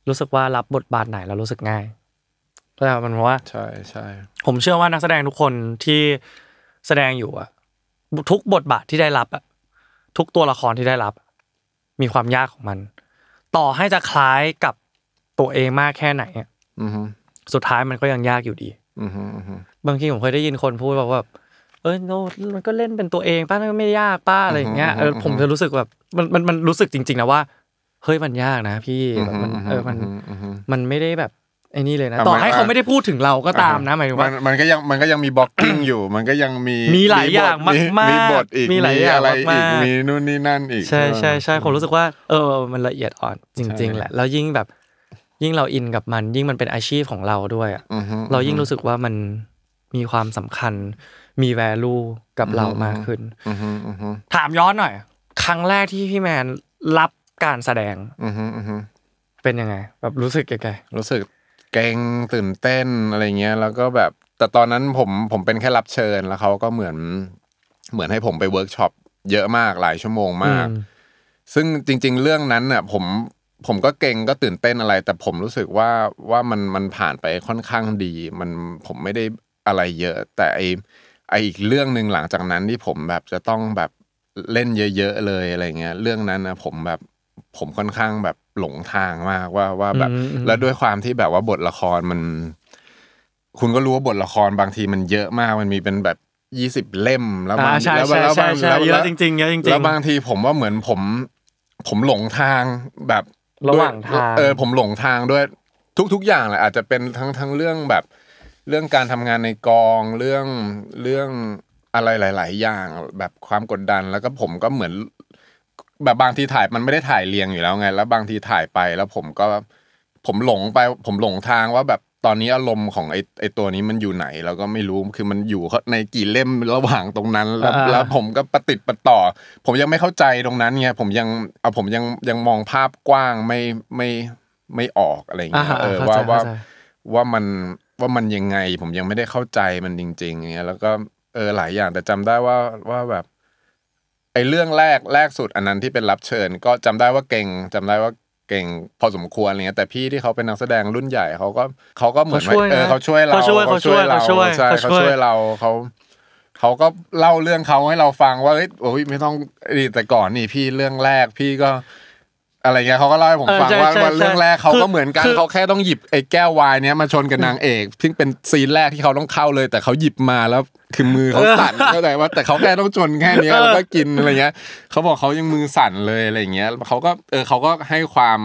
รู้สึกว่ารับบทบาทไหนแล้วรู้สึกง่ายเพราะฉะนั้นมันว่า
ใช่ใช่
ผมเชื่อว่านักแสดงทุกคนที่แสดงอยู่อะทุกบทบาทที่ได้รับอะทุกตัวละครที่ได้รับ มีความยากของมัน ต่อให้จะคล้ายกับตัวเองมากแค่ไหนอะ
อืมอืม
สุดท้ายมันก็ยังยากอยู่ดี
อืมอืม
บางทีผมเคยได้ยินคนพูดแบบว่าเอ้ยโน้ตมันก็เล่นเป็นตัวเองป้ามันไม่ยากป้าอะไรอย่างเงี้ยเออผมจะรู้สึกแบบมันมันมันรู้สึกจริง ๆนะว่าเฮ้ยมันยากนะพี่แบบมันเออมัน
อืม
มันไม่ได้แบบไอ้นี่เลยนะ
อ่ะ
ต่อ
มัน
ให้เขา
อ่ะ
ไม่ได้พูดถึงเราก็ตามนะหมายถึงว่า
นมันก็ยังมันก็ยังมีบ ล็อกกิ้งอยู่ มันก็ยังมี
มีหลายอย่าง
บท
มากๆ
มีบทอีก
มีหลายอย่าง
ะไรอีก
มากๆ
มีนู่นนี่นั่นอีก
ใช่ใช่ใช่
เออ
ผมรู้สึกว่าเออมันละเอียดอ่อนจริง
ใช่
ๆ แหละ แล้วยิ่งแบบยิ่งเราอินกับมัน ยิ่งมันเป็นอาชีพของเราด้วยอะ
อือฮึ
เรายิ่งรู้สึกว่ามันมีความสำคัญ มี value กับเรามากขึ้น
อือฮึอือฮึ
ถามย้อนหน่อย ครั้งแรกที่พี่แมนรับการแสดง
อือฮึอือฮึ
เป็นยังไง แบบรู้สึกยังไง
รู้สึกเกรงตื่นเต้นอะไรเงี้ย แล้วก็แบบแต่ตอนนั้นผมผมเป็นแค่รับเชิญแล้วเขาก็เหมือนเหมือนให้ผมไปเวิร์กช็อปเยอะมากหลายชั่วโมงมาก ซึ่งจริง ๆ เรื่องนั้นน่ะผมผมก็เก่งก็ตื่นเต้นอะไร แต่ผมรู้สึกว่าว่ามันมันผ่านไปค่อนข้างดี มันผมไม่ได้อะไรเยอะ แต่ไอไออีกเรื่องหนึ่งหลังจากนั้นที่ผมแบบจะต้องแบบเล่นเยอะๆเลยอะไรเงี้ยเรื่องนั้นนะผมแบบผมค่อนข้างแบบหลงทางมากว่าว่าแบบ แล้วด้วยความที่แบบว่าบทละครมัน คุณก็รู้ว่าบทละครบางทีมันเยอะมากมันมีเป็นแบบยี่สิบ20 เล่มแล้วบา
อ่าง ใช่
แล้ว
ใช่
แล้ว
ใช่
บาง
ใช่
แล้ว
เย
แล้
อะ
ว
จริงๆเยอะจริง
แล้วบางทีผมว่าเหมือนผม ผมหลงทางแบบ
ระหว่าง
ด้วย
ทาง
เออผมหลงทางด้วยทุกๆอย่างแหละอาจจะเป็นทั้งทั้งเรื่องแบบ เรื่องการทำงานในกองเรื่องเรื่องอะไรหลาย ๆ อย่างแบบความกดดันแล้วก็ผมก็เหมือน แบบบางทีถ่ายมันไม่ได้ถ่ายเรียงอยู่แล้วไง แล้วบางทีถ่ายไปแล้วผมก็ ผมหลงไป ผมหลงทางว่าแบบตอนนี้อารมณ์ของไอ้ไอ้ตัวนี้มันอยู่ไหนเราก็ไม่รู้คือมันอยู่ในกี่เล่มระหว่างตรงนั้นแล้ว
อ่า
แล้วผมก็ประติดประต่อ ผมยังไม่เข้าใจตรงนั้นไงผมยังเอาผมยังยังมองภาพกว้างไม่ไม่ไม่ออกอะไรอย่าง
อ่า
เงี้ยเออ
เข้าใจ
ว่าว่า
เข้าใจ
ว่ามันว่ามันยังไงผมยังไม่ได้เข้าใจมันจริงๆอย่างเงี้ยแล้วก็เออหลายอย่างแต่จำได้ว่าว่าแบบไอ้เรื่องแรกแรกสุดอันนั้นที่เป็นรับเชิญ ก็จำได้ว่าเก่งจำได้ว่าเก่งพอสมควรอะไรเงี้ยแต่พี่ที่เขาเป็นนักแสดงรุ่นใหญ่เขาก็เขาก็เหมือน
เขาช่วยนะ
เออเขาช่วยเรา
เขาช่วย
เรา
เขาช่วย
ใช่เขา
เขาช่วย
ช่วยเราเขาเขาก็เล่าเรื่องเขาให้เราฟังว่าเอ้ยโอ้ยไม่ต้องนี่แต่ก่อนนี่พี่เรื่องแรกพี่ก็ อะไรเงี้ยเขาก็เล่าให้ผม
เออ
ฟัง
ใช่
ว่า
ใช่
ว่า
ใช่
เรื่องแรกเขา
คือ
ก็เหมือนกัน
คือ
เขาแค่ต้องหยิบไอ้แก้ววายเนี้ยมาชนกับนางเอกซึ่งเป็นซีนแรกที่เขาต้องเข้าเลย แต่เขาหยิบมาแล้วคือมือเขาสั่นเข้าใจว่าแต่เขาแค่ต้องชนแค่เนี้ยแล้วก็กินอะไรเงี้ยเขาบอกเขายังมือสั่นเลยอะไรเงี้ยเขาก็เออเขาก็ให้ความ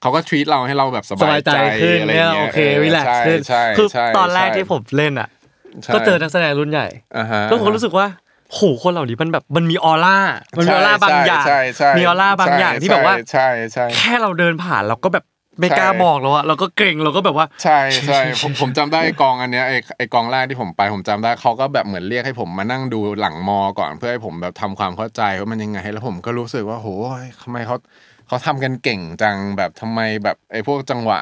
เขาก็ทวีตเราให้เราแบบส
ส
บา
บาย ย
ใจ
ใจขึ้น
อะไร
เนี่ย
เงี้
โอย เครีแลกซ์ขึ้
ใช่
น
ใช่
คือ
ใช่
ตอนแรกที่ผมเล่นอ่ะ
ใช่
ก็เจอนักแสดงรุ่นใหญ่
อ่าฮะ
ก็ผมรู้สึกว่าโหคนเหล่านี้มันแบบมันมีออร่ามันมีออร่าบางอย่าง
ใช่ใช่
มีออร่าบางอย่างที่แบบว่า
ใช่ใช่ใช่
แค่เราเดินผ่านเราก็แบบไม่กล้า
ใช่
มองแล้วอะเราก็เกรงเราก็แบบว่า
ใช่ใช่ผมผมจำได้ไอ้กองอันเนี้ยไอ้ไอ้กองแรกที่ผมไปผมจำได้เขาก็แบบเหมือนเรียกให้ผมมานั่งดูหลังมอก่อนเพื่อให้ผมแบบทำความเข้าใจว่ามันยังไง แล้วผมก็รู้สึกว่าโหยทำไมเขาเขาทำกันเก่งจังแบบทำไมแบบไอ้พวกจังหวะ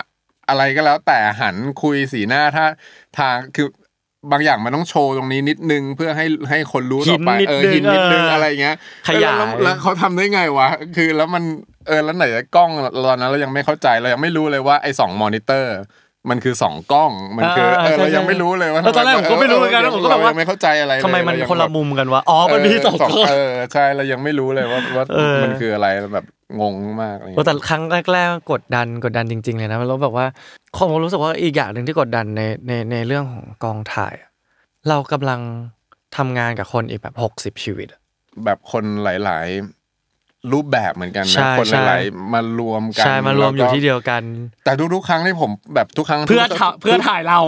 อะไรก็แล้วแต่หันคุยสีหน้าถ้าทางคือบางอย่างมันต้องโชว์ตรงนี้นิดนึงเพื่อให้ให้คนรู้ต่อไป
หินนิดนึง
เออหินนิดนึง
เอออ
อะไรอย่างเงี้ย
ขยาย
เออแล้วแล้วเขาทำได้ไงวะคือแล้วมันเออแล้วไหนจะกล้องตอนนั้นเรายังไม่เข้าใจเรายังไม่รู้เลยว่าไอ้สองมอนิเตอร์ มันคือสองกล้องมันคือเอ
อ่า
อ
ใช่
เรา
ใช่
ยังไม่รู้เลยว่า
เออตอนแรกผมก็ไม่รู้เหมือนกันนะผมก็แบบว่า
เรยังไม่เข้าใจอะไรเลย
ทำไมมัน
เรายัง
คนละ
แบบ
มุมกันวะอ๋อมันมีสอง
เ
คน
เออใช่เรายังไม่รู้เลยว่าว่า
เออ
มันคืออะไรเราแบบงงมากอะไรอย่าง
โอ้
เงี้ย
แต่ครั้งแรกๆกดดันกดดันจริง ๆ เลยนะแล้วแบบว่าผมรู้สึกว่าอีกอย่างหนึ่งที่กดดันในในในเรื่องของกองถ่ายอะเรากำลังทำงานกับคนอีกแบบหกสิบ60 ชีวิตอะ
แบบคนหลาย ๆ รูปแบบเหมือนกัน
ใช่
นะคน
ใช่
หลายๆมารวมกัน
ใช่มารวมอยู่ที่เดียวกัน
แต่ทุกๆครั้งที่ผมแบบทุกครั้ง
เพื่อ
ทุก
ถ่าเพื่อถ่ายเรา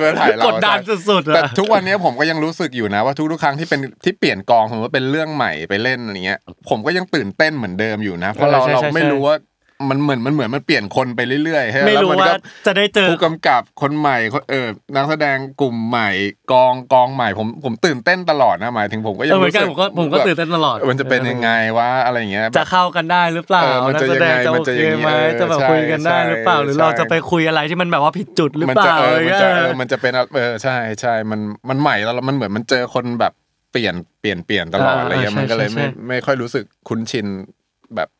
เพื่อถ่ายเรา
กดดัน
ใช่
สุดๆ
แต่
อะ
ทุกวันนี้ผมก็ยังรู้สึกอยู่นะว่าทุกๆครั้งที่เป็นที่เปลี่ยนกองสมมติว่าเป็นเรื่องใหม่ไปเล่นอะไรเงี้ย ผมก็ยังตื่นเต้นเหมือนเดิมอยู่นะ เพราะเรา
เออใช่
เรา
ใช่
ไม่
ใช่
รู้ว่า มันเหมือนมันเหมือนมันเปลี่ยนคนไปเรื่อยๆใช่ไหม
ไม่
แล้ว
รู้
มัน
ว่า
ก็
จะได้เจอ
ผู้กำกับคนใหม่คนเออนักแสดงกลุ่มใหม่กองกองใหม่ผมผมตื่นเต้นตลอดนะหมายถึงผมก็ยั
เอง อเหมือน
รู้
กัน
สึก
ผมก็ผมก็ตื่นเต้นตลอด
เออมันจะเป็นยังไงวะอะไรอย่างเงี้ย
จะเข้ากันได้หรือเปล่า
เออมัน
นัก
จะ
แส
ยัง
ด
ไง
งจะ
มั
โอนเคไหมจะแบบ
จะยังไงเออใช่
คุยกันได้
ใช่
หรือเปล่า หรือ
ใช่
เราจะไปคุยอะไรที่มันแบบว่าผิดจุดหรือ
มั
เป
จะ
ล่า
เออมันจะ
เอ
เอ
อ
อมันจะเป็นเออใช่ใช่มันมันใหม่แล้วมันเหมือนมันเจอคนแบบเปลี่ยนเปลี่ยนเปลี่ยนตลอดอะไรเงี้ยมันก็เลยไม่ไม่ค่อยรู้สึกคุ้นชินแบบ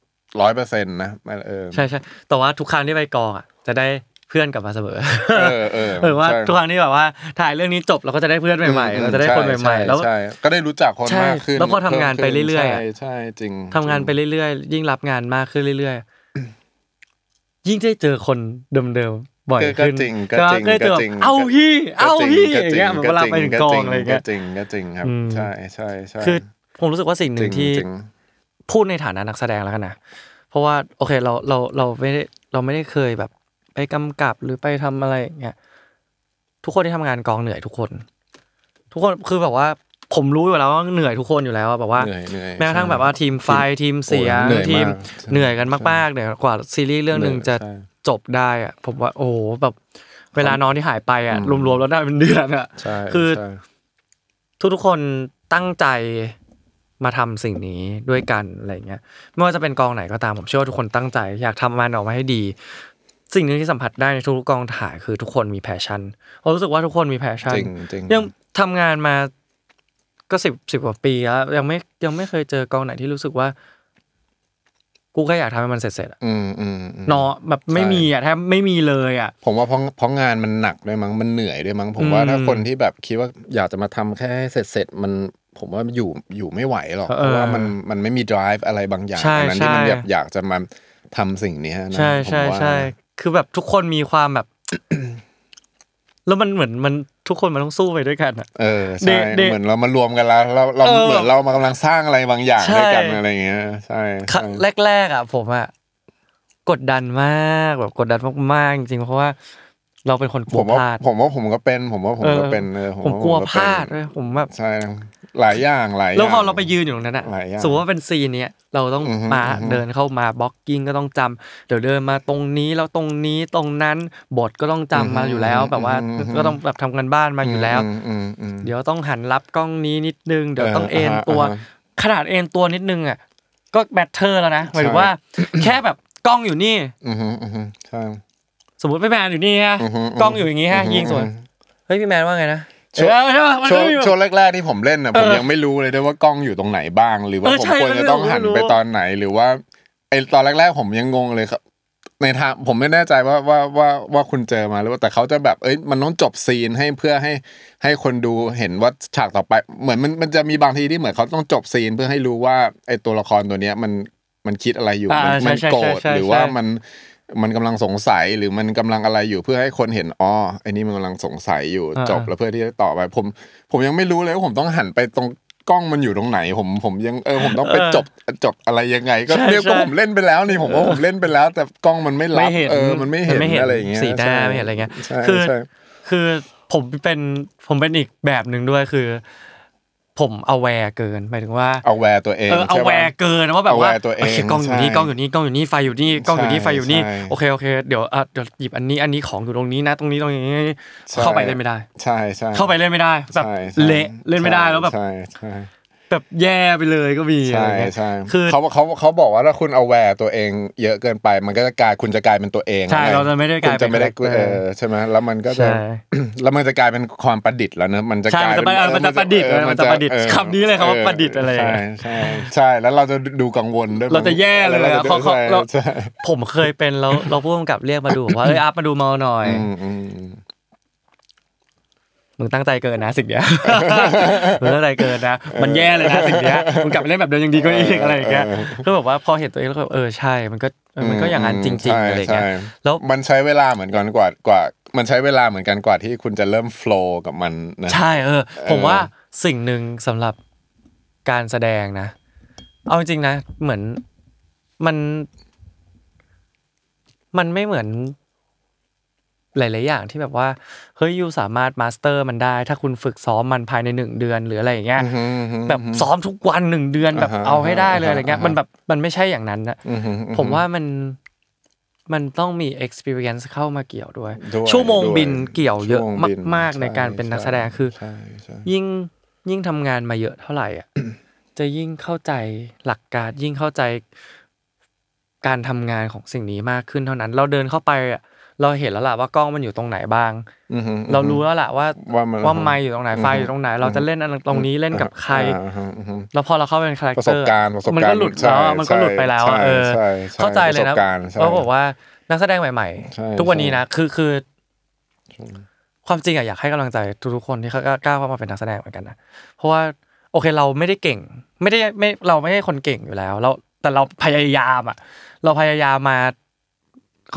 ร้อยเปอร์เซ็นต์นะเออ
ใช่ใช่แต่ว่าทุกครั้งที่ไปกองอ่ะจะได้เพื่อนกลับมาเสมอ
เออเออ
เออว่าทุกครั้งที่แบบว่าถ่ายเรื่องนี้จบเราก็จะได้เพื่อนใหม่ๆเราจะได้คนใหม่ๆแล้ว
ก็ได้รู้จักคนมากขึ้นใช่ใช่จริง
ทำงานไปเรื่อยๆ ยิ่งรับงานมากขึ้นเรื่อยๆ ยิ่งได้เจอคนเดิมๆ บ่อยขึ้น
ก็จริงก็จริง
ก็ได้เจอ
ก็จริง
แบบเอ้าพี่ เอ้าพี่อย่างเงี้ยเหมือนเวลาไปถึงกองอะไรเงี้ย
จริงก็จริงครับใช่ใช่ใช่
คือผมรู้สึกว่าสิ่งห
จ
นึ่
ริ
ง
ง
ที่
จริง
พูดในฐานะนักแสดงแล้วกันนะ เพราะว่าโอเคเราเราเราไม่ได้เราไม่ได้เคยแบบไปกำกับหรือไปทำอะไรอย่างเงี้ย ทุกคนที่ทำงานกองเหนื่อยทุกคน ทุกคนคือแบบว่าผมรู้อยู่แล้วว่าเหนื่อยทุกคนอยู่แล้วอะแบบว่า
เหนื่อยเหนื่อย
แม้กระทั่งแบบว่าทีมไฟล์ทีมเสียง
โอ้ยเหนื่
ที
อย
ม
มาก
เหนื่อยกันมากๆเหนื่อยกว่าซีรีส์เรื่องหนึ่งจะ
ใช่
จบได้อะผมว่าโอ้โหแบบเวลานอนที่หายไปอ่ะรวมๆแล้วได้เป็นเดือนอ่ะ
ใช่
คือ
ใช่
ทุกๆคนตั้งใจมาทำสิ่งนี้ด้วยกันอะไรเงี้ยไม่ว่าจะเป็นกองไหนก็ตามผมเชื่อว่าทุกคนตั้งใจ อยากทำมันออกมาให้ดี สิ่งหนึ่งที่สัมผัสได้ในทุกๆกองถ่ายคือทุกคนมีแพชชั่นผมรู้สึกว่าทุกคนมีแพชชั่น
จริงจริง
ยังทำงานมาก็สิบสิบกว่าปีแล้วยังไม่ยังไม่เคยเจอกองไหนที่รู้สึกว่า กูแค่อยากทำให้มันเสร็จๆอะ
อืมอืมอืม
เนาะแบบไม่มีอ่ะแทบไม่มีเลยอ่ะ
ผมว่าเพราะเพราะงานมันหนักด้วยมั้งมันเหนื่อยด้วยมั้งผมว่า
อืม
ถ้าคนที่แบบคิดว่าอยากจะมาทำแค่ให้เสร็จเสร็จมันผมว่าอยู่อยู่ไม่ไหวหรอก
เออ
เพราะว่ามันมันไม่มี drive อะไรบางอย่าง
ใช่
อันนั้นที่มัน
ใช่
แบบอยากจะมาทำสิ่งเนี้ยนะ
ใช่
ผม
ใช่
ว่า
ใช่คือแบบทุกคนมีความแบบ แล้วมันเหมือนมันทุกคนมันต้องสู้ไปด้วยกันอ่ะ
เออ
เด
ใช่
เด
เหมือนเรามารวมกันแล้วเราเรา
เออ
เหมือนเรามากำลังสร้างอะไรบางอย่าง
ใช่
ด้วยกันอะไรเงี้ยใช่ใช่
แรกๆอ่ะ ผมอ่ะกดดันมากแบบกดดันมากๆจริงๆเพราะว่า เราเป็นคนกลั
ผ
ว
ม
พ
ว่า
ลาด
ผมว่าผมก็เป็นผมว่าผมก็
เออ
เป็นเออ
ผม
ว่
กลัวพ
เป็น
ลาดเลยผมแบบ
ใช่หลายอย่างหลายอย่าง
แล้วพอเราไปยืนอยู่ตรงนั้นอะ
หลายอย่าง
สมมติว่าเป็นซีนเนี้ยเราต้อง
อือฮึ
มา
อือฮึ
เดินเข้ามาบล็อกกิ้งก็ต้องจำเดี๋ยวเดินมาตรงนี้แล้วตรงนี้ตรงนั้นบทก็ต้องจำมาอยู่แล้ว แบบว่าก็ต้องแบบทำกันบ้านมาอยู่แล้ว
มอืมอืม
เดี๋ยวต้องหันรับกล้องนี้นิดนึง เดี๋ยว
เออ
ต้องเอ็นตัว
อ่าฮะอ่าฮ
ขนาดเอ็นตัวนิดนึงอ่ะก็แบตเทอร์แล้วนะหมายถึง
ใช่
ว่าแค่แบบกล้องอยู่นี่
อืมอืมอืมใช่
สมมติพี่แมนอยู่นี่ฮะ
อือฮึอือฮึ
กล้องอยู่อย่างงี้ฮะ
อือฮึ
ยิงสวน
อือฮึ
เฮ้ยพี่แมนว่าไงนะ
ช่วง
เออใปะมัน
ช่ว
ก็
ง
มีแบบ
ช่วงแรกๆที่ผมเล่นน่ะผม
เออ
ยังไม่รู้เลยด้วยว่ากล้องอยู่ตรงไหนบ้าง หรือว่า
เออ
ผม
ใช่
ควรจะต้อง
ไม่รู้
หัน
ไม่รู้
ไปตอนไหนหรือว่าไอตอนแรกๆผมยังงงเลยครับ ในทางผมไม่แน่ใจว่าว่าว่าว่าคุณเจอมาหรือว่าแต่เขาจะแบบเอ้ยมันต้องจบซีนให้เพื่อให้ให้คนดูเห็นว่าฉากต่อไป เหมือนมันมันจะมีบางทีที่เหมือนเขาต้องจบซีนเพื่อให้รู้ว่าไอตัวละครตัวเนี้ยมันมันคิดอะไรอยู่
อ่ามั
มัน
ใช่
มัน
ใช่
โกรธ
ใช่ใช่
หรือว่า
ใช่
มัน มันกำลังสงสัยหรือมันกำลังอะไรอยู่เพื่อให้คนเห็นอ๋อไอ้นี่มันกำลังสงสัยอยู่
อ่า
จบแล้วเพื่อที่จะต่อไปผม ผมยังไม่รู้เลยว่าผมต้องหันไปตรงกล้องมันอยู่ตรงไหน ผมผมยังเออผมต้องไปจบจบอะไรยังไง ก็
ใช่
เรียกก็
ใช่
ผมเล่นไปแล้วนี่ผมว่าผมเล่นไปแล้ว แต่กล้องมันไม่รับ
ไม่เห็น
เออมันไม่เห็นอะไรอย่างเงี้ย
สีหน้า
ใช่
ไม่เห็นอะไรเงี้ย
ใช่
คือ
ใช่
คือผมเป็นผมเป็นอีกแบบหนึ่งด้วยคือ ผมเอาแวร์เกินหมายถึงว่า
เอาแวร์ตัวเอง
เออเอา
ใช่
แว
ปะ
ร์เกินว่าแบบว่า
aware ตัวเอง
โอเคกล้องอยู่นี่
ใช่
กล้องอยู่นี่กล้องอยู่นี่ไฟอยู่นี่กล้องอยู่นี่
ใช่
ไฟอยู่นี่
ใช่
โอเคโอเคเดี๋ยวอ่ะเดี๋ยวหยิบอันนี้อันนี้ของอยู่ตรงนี้นะ ตรงนี้ตรงนี้
ใช่
เข้าไปเล่นไม่ได้
ใช่ใช่
เข้าไปเล่นไม่ได้แบบ
ใช่ใช่
เละเล่นไม่ได้แล้วแบบ
ใช่ใช่
แบบแย่ไปเลยก็มีอะไร
ใช่
เงี้ย
ใช่
คือ
เขาเขาเขาบอกว่าถ้าคุณเอาแวร์ตัวเองเยอะเกินไป มันก็จะกลายคุณจะกลายเป็นตัวเอง
ใช่
น
เราจะไม่ได้กลาย
คุณจะไม่ได้
เป็น character
เออใช่ไหมแล้วมันก็จะ
ใช่
แล้วมันจะกลายเป็นความประดิษฐ์แล้วเนอะมันจะ
ใช่
กลาย
มันจะ
เป็น
ไปมันจะประดิษฐ์
เออ
มันจะประดิษฐ์
เออ
คำนี้เลยครับว่า
ออ
ประดิษฐ์อะไรอย่าง
ใช่
เงี้ย
ใช่ใช่แล้วเราจะดูกังวลด้วย
เราจะแย่เลยอะ
ราจะดู
เขาเขาเรา
ใช่
ผมเคยเป็นแล้วเราผู้กำกับเรียกมาดูบอกว่าเอ้ยอัพมาดูเมาหน่อย
อืมอืมอืม
มึงตั้งใจเกินนะสิ่งเนี้ย มึงตั้งใจเกินนะ มันแย่เลยนะสิ่งเนี้ย มึงกลับไปเล่นแบบเดิมยังดีกว่าอีกอะไรอย่างเงี้ย
เออ
ก็แบบว่าพอเห็นตัวเองแล้วก็แบบเออใช่ มันก็เออมันก็อย่างนั้นจริง
ใช่
ๆอะไรอย่างเงี้ย
ใช่
แล้ว
มันใช้เวลาเหมือนกันกว่ากว่า มันใช้เวลาเหมือนกันกว่าที่คุณจะเริ่มโฟล์กับมันนะ
ใช่เออ ผมว่าสิ่งหนึ่งสำหรับการแสดงนะ เอาจริงๆนะ เหมือนมัน มันไม่เหมือน หลาย ๆ อย่างที่แบบว่าเฮ้ยยูสามารถมาสเตอร์มันได้ ถ้าคุณฝึกซ้อมมันภายในหนึ่งเดือนหรืออะไรอย่างเงี้ย แบบซ้อมทุกวันหนึ่งเดือนแบบ
อ่าฮะ
เอาให้ได้เลยอะไรเงี้ย
อ่าฮะ
มันแบบมันไม่ใช่อย่างนั้นนะ
อืมอืมอืม
ผมว่ามัน มันต้องมี experience เข้ามาเกี่ยวด้วย
ด้วย
ชั่วโมง
ด้วย
บินเกี่ยวเยอะ
ชั่วโงบิ
มาก ๆ ในการเป็นนักแสดงคือ
ใช่ใช่
ยิ่งยิ่งทำงานมาเยอะเท่าไหร่อ่ะ จะยิ่งเข้าใจหลักการ ยิ่งเข้าใจการทำงานของสิ่งนี้มากขึ้นเท่านั้น เราเดินเข้าไปอ่ะเราเห็นแล้วล่ะว่ากล้องมันอยู่ตรงไหนบ้าง
อือฮึ
เรารู้แล้วล่ะว่า
ว่ามัน
ว่าไมค์อยู่ตรงไหนไฟอยู่ตรงไหน เราจะเล่นอันตรงนี้เล่นกับใคร
อ่าฮะอือฮึ
แล้วพอเราเข้าเป็นคาแรค
ประ
เต
ส
อบ ร์
การณ์ประสบ
มัน
การณ์
ก็หลุดแล้วอะ
ใช่
มันก็หลุดไปแล้วอะ
ใช่
เออ
ใช่ใช่
เข้าใจเลย
ป
นะ
ระสบการณ์ใช่
เขาบอกว่านักแสดงใหม่
ใช่
ๆ ทุกวันนี้นะคือคือ
ใช่
ความจริงอะอยากให้กำลังใจทุกๆคนที่เขากล้าเข้ามาเป็นนักแสดงเหมือนกันนะเพราะว่าโอเคเราไม่ได้เก่ง ไม่ได้ไม่เราไม่ใช่คนเก่งอยู่แล้ว เราแต่เราพยายามอะเราพยายามมา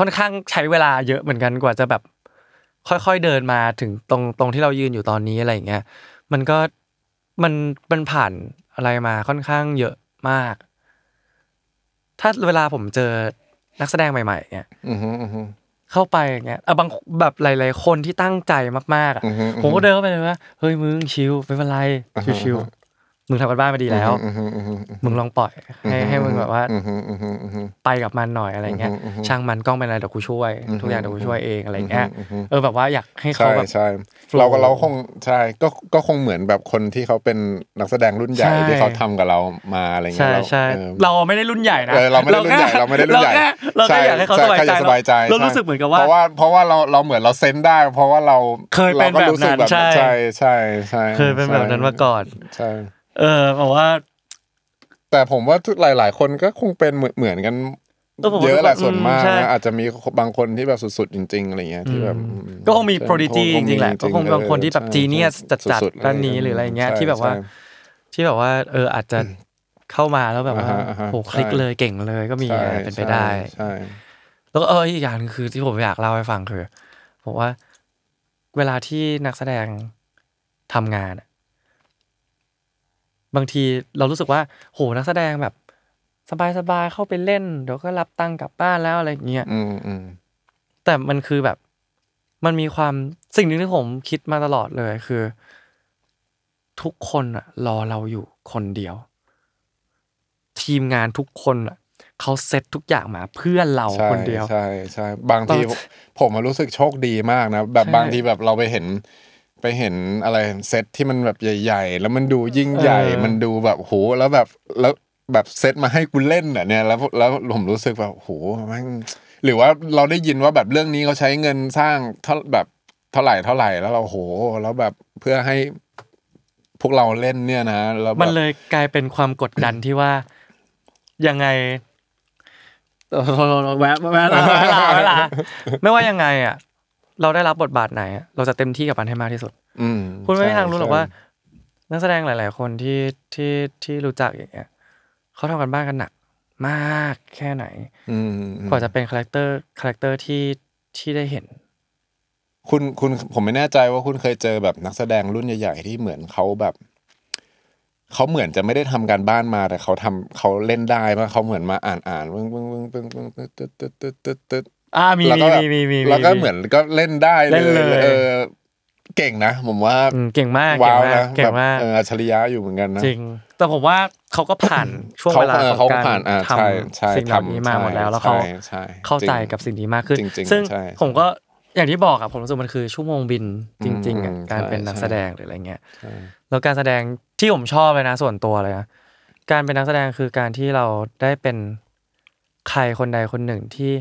ค่อนข้างใช้เวลาเยอะเหมือนกันกว่าจะแบบ ค่อยๆเดินมาถึงตรงตรงที่เรายืนอยู่ตอนนี้อะไรอย่างเงี้ย มันก็มันมันผ่านอะไรมาค่อนข้างเยอะมาก ถ้าเวลาผมเจอนักแสดงใหม่ๆเนี่ย
อือฮึอือฮึ
เข้าไปอย่างเงี้ยเอาบางแบบหลาย ๆ คนที่ตั้งใจมากๆอ่ะ
อือฮึอือฮึ
ผมก็เดินเข้าไปเลยว่าเฮ้ยมึงชิลไม่เป็นไรชิลๆมึงทำกันบ้านมาดีแล้ว
อือฮึอือฮึ
มึงลองปล่อยให้ให้มึงแบบว่า
อือฮึอือฮึอือฮึ
ไปกับมันหน่อยอะไรเงี้ย
อือฮึอือฮึ
ช่างมันกล้องเป็นอะไรเดี๋ยวกูช่วย
อือฮึ
ทุกอย่างเดี๋ยวกูช่วยเองอะไรเงี้ย
อือฮึอือฮึ
เออแบบว่าอยากให้เขา
ใช่
แบบ
ใช่
flow
เราก็เราคงใช่ก็ก็คงเหมือนแบบคนที่เขาเป็นนักแสดงรุ่นใหญ่
ใช่
ที่เขาทำกับเรามาอะไรเงี้
ใช่
ยเรา
ใช่
เออ
เราไม่ได้รุ่นใหญ่นะ
เออเราไม่ได้รุ่นใหญ่
แค่
เราไม่ได้รุ่นใหญ่
เราแค่เราแค่อยากให้เขาสบายใจ
ช่ช่แค่อสบายใจ
เรา
ใช่
รู้สึกเหมือนกับว่า
เพราะว่าเพราะว่าเราเราเหมือนเราเซนได้ เพราะว่าเรา
เคยเป็น
ราก็รู้สึก
แบบนั้นใช่
ใช่ใช่ใช่
เคยเป็นแบบนั้นมาก่อน
ใช่
เออบอกว่า
แต่ผมว่าทุกหลาย ๆ คนก็คงเป็นเหมือนเหมือนกัน
เออผมว่า
เยอะแหละส่วนมาก
อืมใช่
นะอาจจะมีบางคนที่แบบสุดๆจริง ๆอะไรเงี้ยที่แบบอื
ก็คงมี
ใช่
โปรดิจีจริงๆแหละ
ๆ
ก็ค
เออบ
งางคนที่แบบ
ใช่
จีเนียส
ใช่
จัด
สุ
ๆด้านนี้หรืออะไรเงี้ย
ใช่
ที่แบบว่า
ใช่
ที่แบบว่า เอออาจจะเข้ามาแล้วแบบว่า
อ่าฮะอ่าฮะ
โหคลิก
ใช่
เลยเก่งเลยก็มี
ใช่
อะไรเป็นไปได้
ใช่
แล้วก็เอออีกอย่างหนึ่งคือที่ผมอยากเล่าให้ฟังคือผมว่าเวลาที่นักแสดงทำงานอะบางทีเรารู้สึกว่า โหนักแสดงแบบ สบายๆเข้าไปเล่นเดี๋ยวก็รับตังค์กลับบ้านแล้วอะไรอย่างเงี้ย
อืมอืม
แต่มันคือแบบมันมีความสิ่งหนึ่งที่ผมคิดมาตลอดเลยคือ ทุกคนอะรอเราอยู่คนเดียว ทีมงานทุกคนอะเขาเซตทุกอย่างมาเพื่อเรา
ใช่
คนเดียว
ใช่ใช่บางที
เรา
ผมผมอะรู้สึกโชคดีมากนะ แบบ
ใช่
บางทีแบบเราไปเห็นไปเห็นอะไรเซตที่มันแบบใหญ่ ๆ แล้วมันดูยิ่งใหญ่
เออ
มันดูแบบโหแล้วแบบแล้วแบบเซตมาให้กูเล่นอ่ะเนี่ยแล้วแล้วผมรู้สึกแบบโหแม่งหรือว่าเราได้ยินว่าแบบเรื่องนี้เขาใช้เงินสร้างเท่าแบบเท่าไหร่เท่าไหร่แล้วเราโห แล้วแบบเพื่อให้พวกเราเล่นเนี่ยนะแล้วแบบ
มันเลย กลายเป็นความกดดันที่ว่ายัง ไงเออแวะแวะแวะแวะแวะแวะแวะไม่ว่ายังไงอะเราได้รับบทบาทไหนอะเราจะเต็มที่กับมันให้มากที่สุด
อืม
คุณไม่มีทางรู้หรอก
ใช่
ว่า นักแสดงหลาย ๆ คนที่ที่ที่รู้จักอย่างเงี้ยเขาทำกันบ้านกันหนัก มากแค่ไหน
อืมอืมอืม
กว่าจะเป็นคาแรคเตอร์คาแรคเตอร์ที่ที่ได้เห็น
คุณคุณผมไม่แน่ใจว่าคุณเคยเจอแบบนักแสดงรุ่นใหญ่ ๆ ที่เหมือนเขาแบบเขาเหมือนจะไม่ได้ทำการบ้านมาแต่เขาทำเขาเล่นได้ป่ะเขาเหมือนมาอ่านอ่านปึ้งปึ้งปึ้งปึ้งปึ้งตึ๊ดตึ๊ดตึ๊ดตึ๊ดตึ๊ดตึ๊ด
อ่ามี
แล้ว
มี
ก็แบบ
มีมีมี
แล้วก็เหมือนก็เล่นได้
เล่นเลย
เออเก่งนะผมว่า
อืมเก่งมากเก่
ว้างว
มา
นะ
กเก่
แบ
ง
บ
มาก
เอออัจฉริยะอยู่เหมือนกันนะ
จริง แต่ผมว่าเขาก็ผ่าน ช่วง
เขา
เวลา
เออ
ขอ
เขา
งกา
ก็
ร
ผ่านอ่าใช่ใช่
ทำสิ่งเหล่านี้
ทำ
มาหมด
ใช่
แล้วแล้วเขา
ใช่ใช่
เข้าใจ
ริง
กับสิ่งนี้มากขึ้น
จริงๆ
ซึ่ง
ใช่
ผมก็อย่างที่บอกอะผมรู้สึกมันคือชั่วโมงบินจริงๆอะ
อืม
การ
ใช่
เป็นนัก
ใช่
แสดงหรืออะไรเงี้ย
ใช่
แล้วการแสดงที่ผมชอบเลยนะส่วนตัวเลยนะการเป็นนักแสดงคือการที่เราได้เป็นใครคนใดคนหนึ่งที่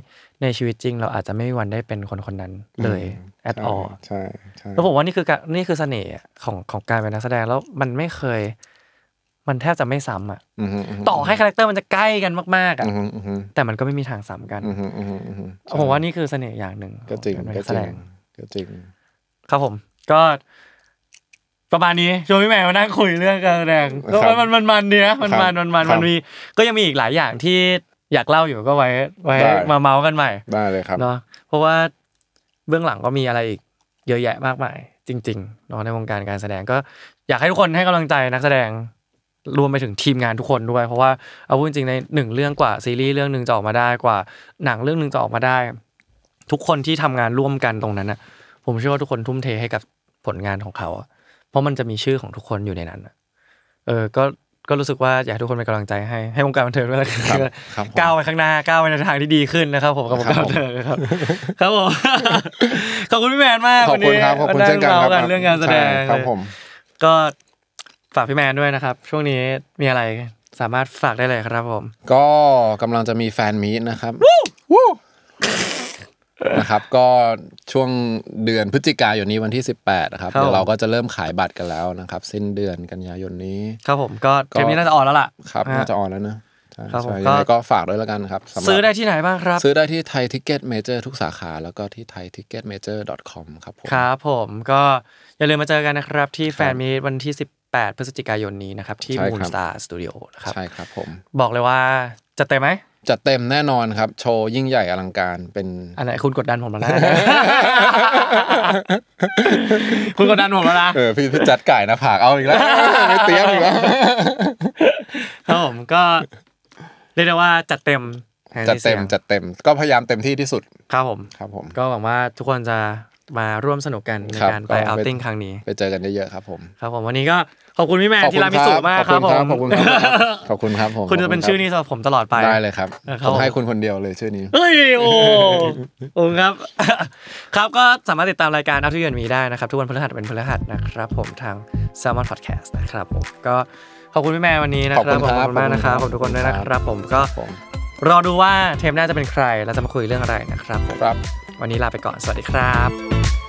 ในชีวิตจริง เราอาจจะไม่มีวันได้เป็นคนคนนั้นเลย at
ใช่
all
ใช่ใช่
แล้วผมว่านี่คือการนี่คือเสน่ห์ของของการเป็นนักแสดงแล้วมันไม่เคย มันแทบจะไม่ซ้ำอะ
อืมฮึม
ต่อให้คาแรคเตอร์มันจะใกล้กันมากๆอะ
อืมฮึอืมฮึ
แต่มันก็ไม่มีทางซ้ำกัน
อืมฮึอืมฮึอืมฮึ
ผมว่านี่คือเสน่ห์อย่างหนึ่ง
ก็จริง
ขอการเป็นนัก
ก็จ
แส
ริ
ด
ง
ง
ก็จริง
ครับผมก็ประมาณนี้ชวนพี่แหม่มานั่งคุยเรื่องการแสดง
ครั
มั
บ
นมันมันมันดีนะมัน
ครั
มัน
บ
มันมัน
ครับ
มันมีก็ยังมีอีกหลายอย่างที่อยากเล่าอยู่ก็ไว้ ไว้
ได้
มาเมาส์กันใหม่
ได้เลยครับ
เนาะเพราะว่าเบื้องหลังก็มีอะไรอีก เยอะแยะมากมาย จริงๆเนาะในวงการการแสดงก็อยากให้ทุกคนให้กำลังใจนักแสดงรวมไปถึงทีมงานทุกคนด้วย เพราะว่าเอาพูดจริงๆในหนึ่งเรื่องกว่าซีรีส์เรื่องหนึ่งจะออกมาได้กว่า หนังเรื่องหนึ่งจะออกมาได้ ทุกคนที่ทำงานร่วมกันตรงนั้นน่ะ ผมเชื่อว่าทุกคนทุ่มเทให้กับผลงานของเขาอะเพราะมันจะมีชื่อของทุกคนอยู่ในนั้นอะเออ ก็ ก็รู้สึกว่าอยากให้ทุกคนเป็นกำลังใจให้ให้วงการบันเทิงด้วยแล้วกัน
ครับครับผม
ก้าวไปข้างหน้าก้าวไปในทางที่ดีขึ้นนะครับ ผมกับวง
ค
กา
รั
ร
บ
บันเทิงนะครับครับผม ขอบคุณพี่แมนมาก
ขอบ
วัน
คุ
นี้
ณครับขอบคุณ
มา
เช่นกันครับ
เล่ากันเรื่องการแสดง
ใช่ครับผม
ก็ฝากพี่แมนด้วยนะครับ ช่วงนี้มีอะไรสามารถฝากได้เลยครับผม
ก็กำลังจะมีแฟนมีตนะครับวู้นะครับก็ช่วงเดือนพฤศจิกายนนี้วันที่ 18นะครับ
ครับ
เดี๋ยวเราก็จะเริ่มขายบัตรกันแล้วนะครับ สิ้นเดือนกันยายนนี้
ครับผมก็เทปนี้น่าจะออนแล้วล่ะ
ครับ
นะฮะ
น่าจะออนแล้วนะใช่
ครับผม
ใช่
ก็
ยังไงก็ฝากด้วยแล้วกันครับสำหรับ
ซื้อได้ที่ไหนบ้างครับ
ซื้อได้ที่ไทยทิกเก็ตเมเจอร์ทุกสาขา แล้วก็ที่ไทยทิกเก็ตเมเจอร์ .com ครับผม
ครับผมก็อย่าลืมมาเจอกันนะครับ ที่แฟน
ครับ
มีตวันที่ 18 พฤศจิกายนนี้นะครับ ที่
ใช่ครับ
Moon Star Studio นะครับ
ใช่ครับผม
บอกเลยว่าจะเต็มไหม
จัดเต็มแน่นอนครับ โชว์ยิ่งใหญ่อลังการ เป็น
อันไหนคุณกดดันผมแล้วนะ คุณกดดันผมแล้วนะ
เออพี่พี่จัดไก่นะผากเอาอีกแล้ว ไม่เตรียมอี กแล้ว
ครับผมก็เรียกได้ว่าจัดเต็มแทน
จัด
ที่
เต็ม
สียง
จัดเต็มก็พยายามเต็มที่ที่สุด
ครับผม
ครับผม
ก็หวังว่าทุกคนจะมาร่วมสนุกกันใน
ครับ
การ
ก็
ไป
ไป
เอาติ้งครั้งนี้
ไปเจอกันเยอะๆครับผม
ครับผมวันนี้ก็ขอบคุณพี่แมน
ขอบ
ที
คุณ
รามิสุมาก
ข
ค
อ
รั
บบ คุ
ผ
ณครั
ม
ขอบคุณครับขอบคุณครับผม
คุณจะเป็นชื่อนี้สำหรับผมตลอดไป
ได้เลยครับ
นะครับ
ผมให้คุณคนเดียวเลยชื่อนี้
เฮ้ยโอ้โอ้ครับ ครับก็สามารถติดตามรายการอัพที่เดือนมีได้นะครับ ทุกวันพฤหัสเป็นพฤหัสนะครับ ผมทาง s ซ l m o n Podcast นะครับผมก็ขอบคุณพี่แม่วันนี้นะค
ข
รั
อ
บบ
คุณ
ขอ
ครับ
บคุณมากนะครับผมทุกคนด้วยนะ
ขอ
ค
บคุณครั
รับ บ ผมก็
ผม
รอดูว่าเทมหน้าจะเป็นใคร แล้วจะมาคุยเรื่องอะไรนะครับผม
ครับ
วันนี้ลาไปก่อนสวัสดีครับ